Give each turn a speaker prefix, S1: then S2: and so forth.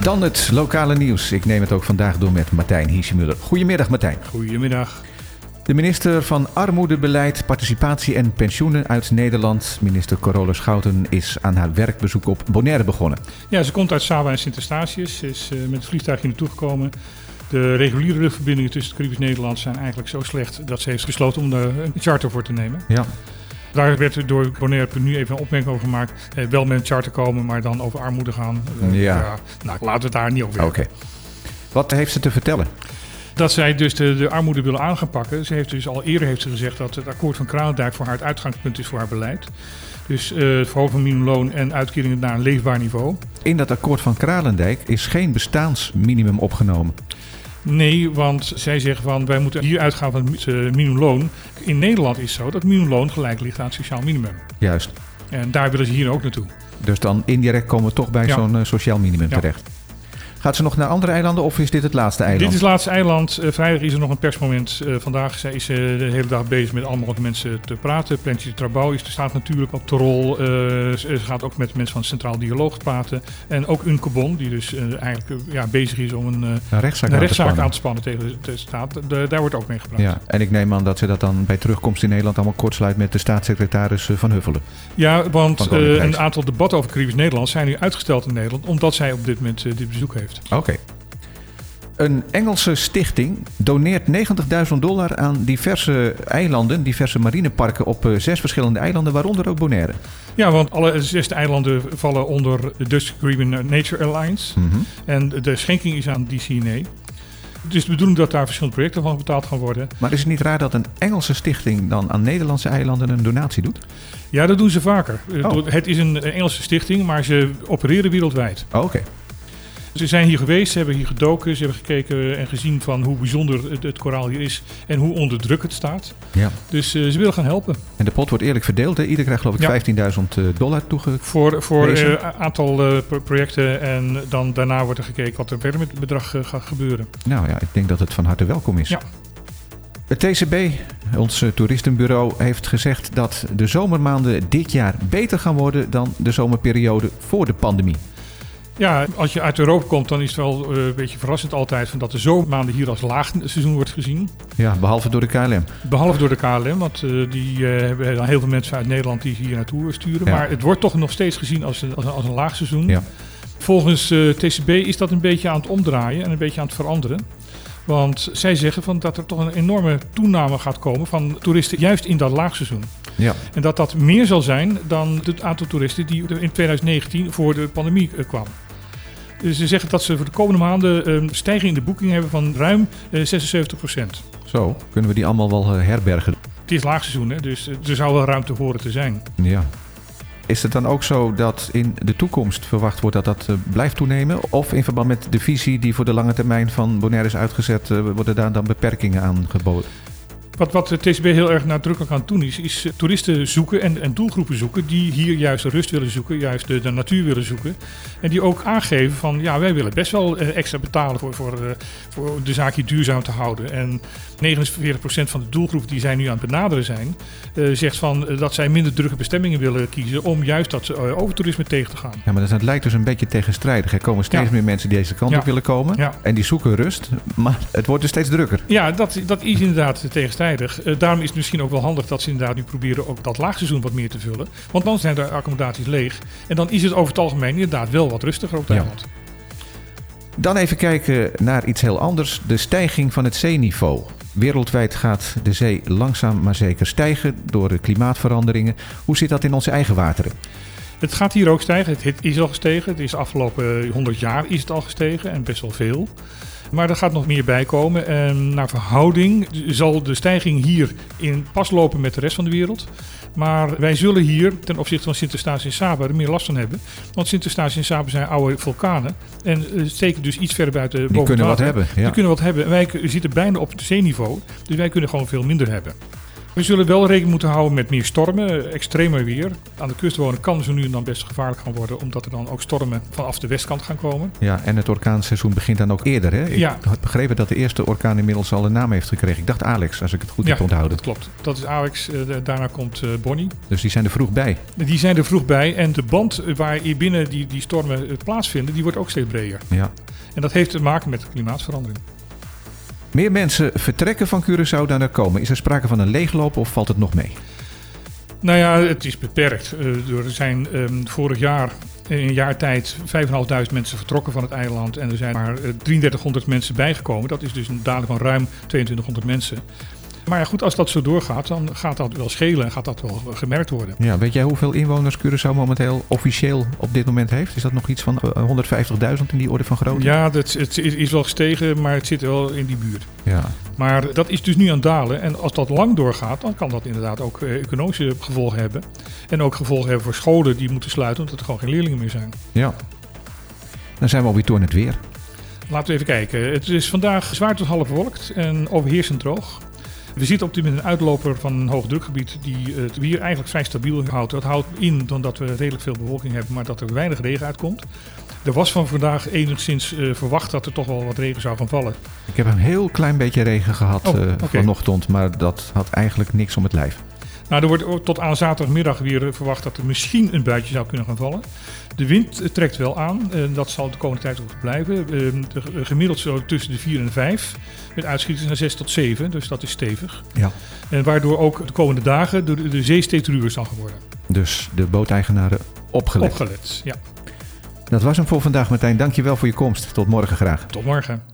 S1: Dan het lokale nieuws. Ik neem het ook vandaag door met Martijn Hiesemuller. Goedemiddag Martijn.
S2: Goedemiddag.
S1: De minister van Armoedebeleid, Participatie en Pensioenen uit Nederland, minister Carole Schouten, is aan haar werkbezoek op Bonaire begonnen.
S2: Ja, ze komt uit Saba en Sint-Eustatius, is eh, met het vliegtuig hier naartoe gekomen. De reguliere luchtverbindingen tussen het Caribisch Nederland zijn eigenlijk zo slecht dat ze heeft gesloten om daar een charter voor te nemen.
S1: Ja,
S2: Daar werd door Bonaire nu even een opmerking over gemaakt. Eh, wel met een charter komen, maar dan over armoede gaan. Eh,
S1: Ja.
S2: Nou, laten we het daar niet over
S1: Ah, oké.
S2: hebben.
S1: Wat heeft ze te vertellen?
S2: Dat zij dus de, de armoede willen aan gaan pakken. Ze heeft dus al eerder heeft ze gezegd dat het akkoord van Kranendijk voor haar het uitgangspunt is voor haar beleid. Dus eh verhogen van minimumloon en uitkeringen naar een leefbaar niveau.
S1: In dat akkoord van Kralendijk is geen bestaansminimum opgenomen.
S2: Nee, want zij zeggen van wij moeten hier uitgaan van het eh, minimumloon. In Nederland is het zo dat minimumloon gelijk ligt aan het sociaal minimum.
S1: Juist.
S2: En daar willen ze hier ook naartoe.
S1: Dus dan indirect komen we toch bij
S2: Ja.
S1: zo'n eh, sociaal minimum
S2: Ja.
S1: terecht. Gaat ze nog naar andere eilanden of is dit het laatste eiland?
S2: Dit is het laatste eiland. Eh, vrijdag is er nog een persmoment. Eh, vandaag zij is eh, de hele dag bezig met allemaal mensen te praten. Plantje Trabouw is, staat natuurlijk op de rol. Eh, ze ze gaat ook met mensen van het Centraal Dialoog praten. En ook Uncobon, die dus eh, eigenlijk eh, ja, bezig is om een, eh,
S1: Een rechtszaak,
S2: een
S1: aan te
S2: rechtszaak
S1: spannen.
S2: aan te spannen tegen de staat. De- daar wordt ook mee gepraat.
S1: Ja, en ik neem aan dat ze dat dan bij terugkomst in Nederland allemaal kortsluit met de staatssecretaris eh, Van Huffelen.
S2: Ja,
S1: Van
S2: want
S1: Koninkrijk.
S2: eh, een aantal debatten over Caribisch Nederland zijn nu uitgesteld in Nederland, omdat zij op dit moment eh, dit bezoek heeft.
S1: Oké. Een Engelse stichting doneert 90.000 dollar aan diverse eilanden, diverse marineparken op eh, zes verschillende eilanden, waaronder ook Bonaire.
S2: Ja, want alle zes eilanden vallen onder de Dutch Caribbean Nature Alliance.
S1: Mhm.
S2: En de schenking is aan DCNA. Het is de bedoeling dat daar verschillende projecten van betaald gaan worden.
S1: Maar is het niet raar dat een Engelse stichting dan aan Nederlandse eilanden een donatie doet?
S2: Ja, dat doen ze vaker. Eh,
S1: Oh.
S2: Het is een Engelse stichting, maar ze opereren wereldwijd.
S1: Oké.
S2: Ze zijn hier geweest, ze hebben hier gedoken, ze hebben gekeken en gezien van hoe bijzonder het, het koraal hier is en hoe onder druk het staat.
S1: Ja.
S2: Dus eh, ze willen gaan helpen.
S1: En de pot wordt eerlijk verdeeld. Hè? Ieder krijgt geloof
S2: Ja.
S1: ik 15.000 eh, dollar toege.
S2: Voor, voor
S1: Deze?
S2: een aantal eh, pro- projecten en dan daarna wordt er gekeken wat er verder met het bedrag eh, gaat gebeuren.
S1: Nou ja, ik denk dat het van harte welkom is.
S2: Ja.
S1: Het TCB, ons eh, toeristenbureau, heeft gezegd dat de zomermaanden dit jaar beter gaan worden dan de zomerperiode voor de pandemie.
S2: Ja, als je uit Europa komt, dan is het wel eh, een beetje verrassend altijd van dat de zomermaanden hier als laagseizoen wordt gezien.
S1: Ja, behalve door de KLM.
S2: Behalve door de KLM, want eh, die eh, hebben dan heel veel mensen uit Nederland die ze hier naartoe sturen.
S1: Ja.
S2: Maar het wordt toch nog steeds gezien als, een- als, een- als een laagseizoen.
S1: Ja.
S2: Volgens eh, TCB is dat een beetje aan het omdraaien en een beetje aan het veranderen. Want zij zeggen van dat er toch een enorme toename gaat komen van toeristen juist in dat laagseizoen.
S1: Ja.
S2: En dat dat meer zal zijn dan het aantal toeristen die in 2019 voor de pandemie eh, kwam. Dus ze zeggen dat ze voor de komende maanden eh, een stijging in de boeking hebben van ruim eh, 76
S1: Zo, kunnen we die allemaal wel eh, herbergen?
S2: Het is laagseizoen, hè? dus eh, er zou wel ruimte horen te zijn.
S1: Ja. Is het dan ook zo dat in de toekomst verwacht wordt dat dat eh, blijft toenemen? Of in verband met de visie die voor de lange termijn van Bonaire is uitgezet, eh, worden daar dan beperkingen aan geboden?
S2: Wat, wat de TCB heel erg nadrukkelijk aan het doen is, is eh, toeristen zoeken en, en doelgroepen zoeken die hier juist de rust willen zoeken, juist de, de natuur willen zoeken. En die ook aangeven van ja, wij willen best wel eh, extra betalen voor, voor, eh, voor de zaak hier duurzaam te houden. En 49% van de doelgroep die zij nu aan het benaderen zijn, eh, zegt van eh, dat zij minder drukke bestemmingen willen kiezen om juist dat eh, overtoerisme tegen te gaan.
S1: Ja, maar dat, dat lijkt dus een beetje tegenstrijdig. Er komen steeds
S2: Ja.
S1: meer mensen die deze kant
S2: Ja.
S1: op willen komen.
S2: Ja.
S1: En die zoeken rust, maar het wordt dus steeds drukker.
S2: Ja, dat, dat is inderdaad tegenstrijdig. Eh, daarom is het misschien ook wel handig dat ze inderdaad nu proberen ook dat laagseizoen wat meer te vullen. Want dan zijn de accommodaties leeg. En dan is het over het algemeen inderdaad wel wat rustiger op het
S1: Ja.
S2: eiland.
S1: Dan even kijken naar iets heel anders. De stijging van het zeeniveau. Wereldwijd gaat de zee langzaam maar zeker stijgen door de klimaatveranderingen. Hoe zit dat in onze eigen wateren?
S2: Het gaat hier ook stijgen. Het- Het is al gestegen. Het is de afgelopen eh, 100 jaar is het al gestegen en best wel veel. Maar er gaat nog meer bij komen. En naar verhouding zal de stijging hier in pas lopen met de rest van de wereld. Maar wij zullen hier ten opzichte van Sint-Eustatius en Saba er meer last van hebben. Want Sint-Eustatius en Saba zijn oude vulkanen. En eh, steken dus iets verder buiten boven
S1: Die
S2: het
S1: kunnen wat
S2: water.
S1: hebben. Ja.
S2: Die kunnen wat hebben. En wij k- zitten bijna op het zeeniveau. Dus wij kunnen gewoon veel minder hebben. We zullen wel rekening moeten houden met meer stormen, extremer weer. Aan de kust wonen kan zo nu en dan best gevaarlijk gaan worden, omdat er dan ook stormen vanaf de westkant gaan komen.
S1: Ja, en het orkaanseizoen begint dan ook eerder. Hè? Ik
S2: Ja.
S1: had begrepen dat de eerste orkaan inmiddels al een naam heeft gekregen. Ik dacht Alex, als ik het goed heb onthouden.
S2: dat klopt. Dat is Alex, eh, da- daarna komt eh, Bonnie.
S1: Dus die zijn er vroeg bij.
S2: Die zijn er vroeg bij en de band eh, waar hier binnen die, die stormen eh, plaatsvinden, die wordt ook steeds breder.
S1: Ja.
S2: En dat heeft te maken met klimaatverandering.
S1: Meer mensen vertrekken van Curaçao dan er komen. Is er sprake van een leegloop of valt het nog mee?
S2: Nou ja, het is beperkt. Eh, er zijn ehm, vorig jaar eh, in een jaar tijd 5.500 mensen vertrokken van het eiland. En er zijn maar eh, 3300 mensen bijgekomen. Dat is dus een daling van ruim 2200 mensen. Maar ja, goed, als dat zo doorgaat, dan gaat dat wel schelen en gaat dat wel gemerkt worden.
S1: Ja, weet jij hoeveel inwoners Curaçao momenteel officieel op dit moment heeft? Is dat nog iets van eh, 150.000 in die orde van grootte?
S2: Ja, dat, het is is wel gestegen, maar het zit wel in die buurt.
S1: ja.
S2: Maar dat is dus nu aan het dalen. En als dat lang doorgaat, dan kan dat inderdaad ook eh, economische gevolgen hebben. En ook gevolgen hebben voor scholen die moeten sluiten, omdat er gewoon geen leerlingen meer zijn.
S1: Ja. Dan zijn we alweer door het weer.
S2: Laten we even kijken. Het is vandaag zwaar tot half bewolkt en overheersend droog. We zitten op dit moment een uitloper van een hoogdrukgebied die het weer eigenlijk vrij stabiel houdt. Dat houdt in dan dat we redelijk veel bewolking hebben, maar dat er weinig regen uitkomt. Er was van vandaag enigszins eh, verwacht dat er toch wel wat regen zou gaan vallen.
S1: Ik heb een heel klein beetje regen gehad
S2: Oh,
S1: eh,
S2: oké.
S1: vanochtend, maar dat had eigenlijk niks om het lijf.
S2: Nou, er wordt ook tot aan zaterdagmiddag weer eh, verwacht dat er misschien een buitje zou kunnen gaan vallen. De wind eh, trekt wel aan en dat zal de komende tijd ook blijven. Eh, de- eh, Gemiddeld zo tussen de 4 en 5, met uitschieters naar 6 tot 7, dus dat is stevig.
S1: Ja.
S2: En waardoor ook de komende dagen de, de zee steeds ruwer zal gaan worden.
S1: Dus de booteigenaren opgelet.
S2: Opgelet. Ja,
S1: Dat was hem voor vandaag, Martijn. Dankjewel voor je komst. Tot morgen graag.
S2: tot morgen.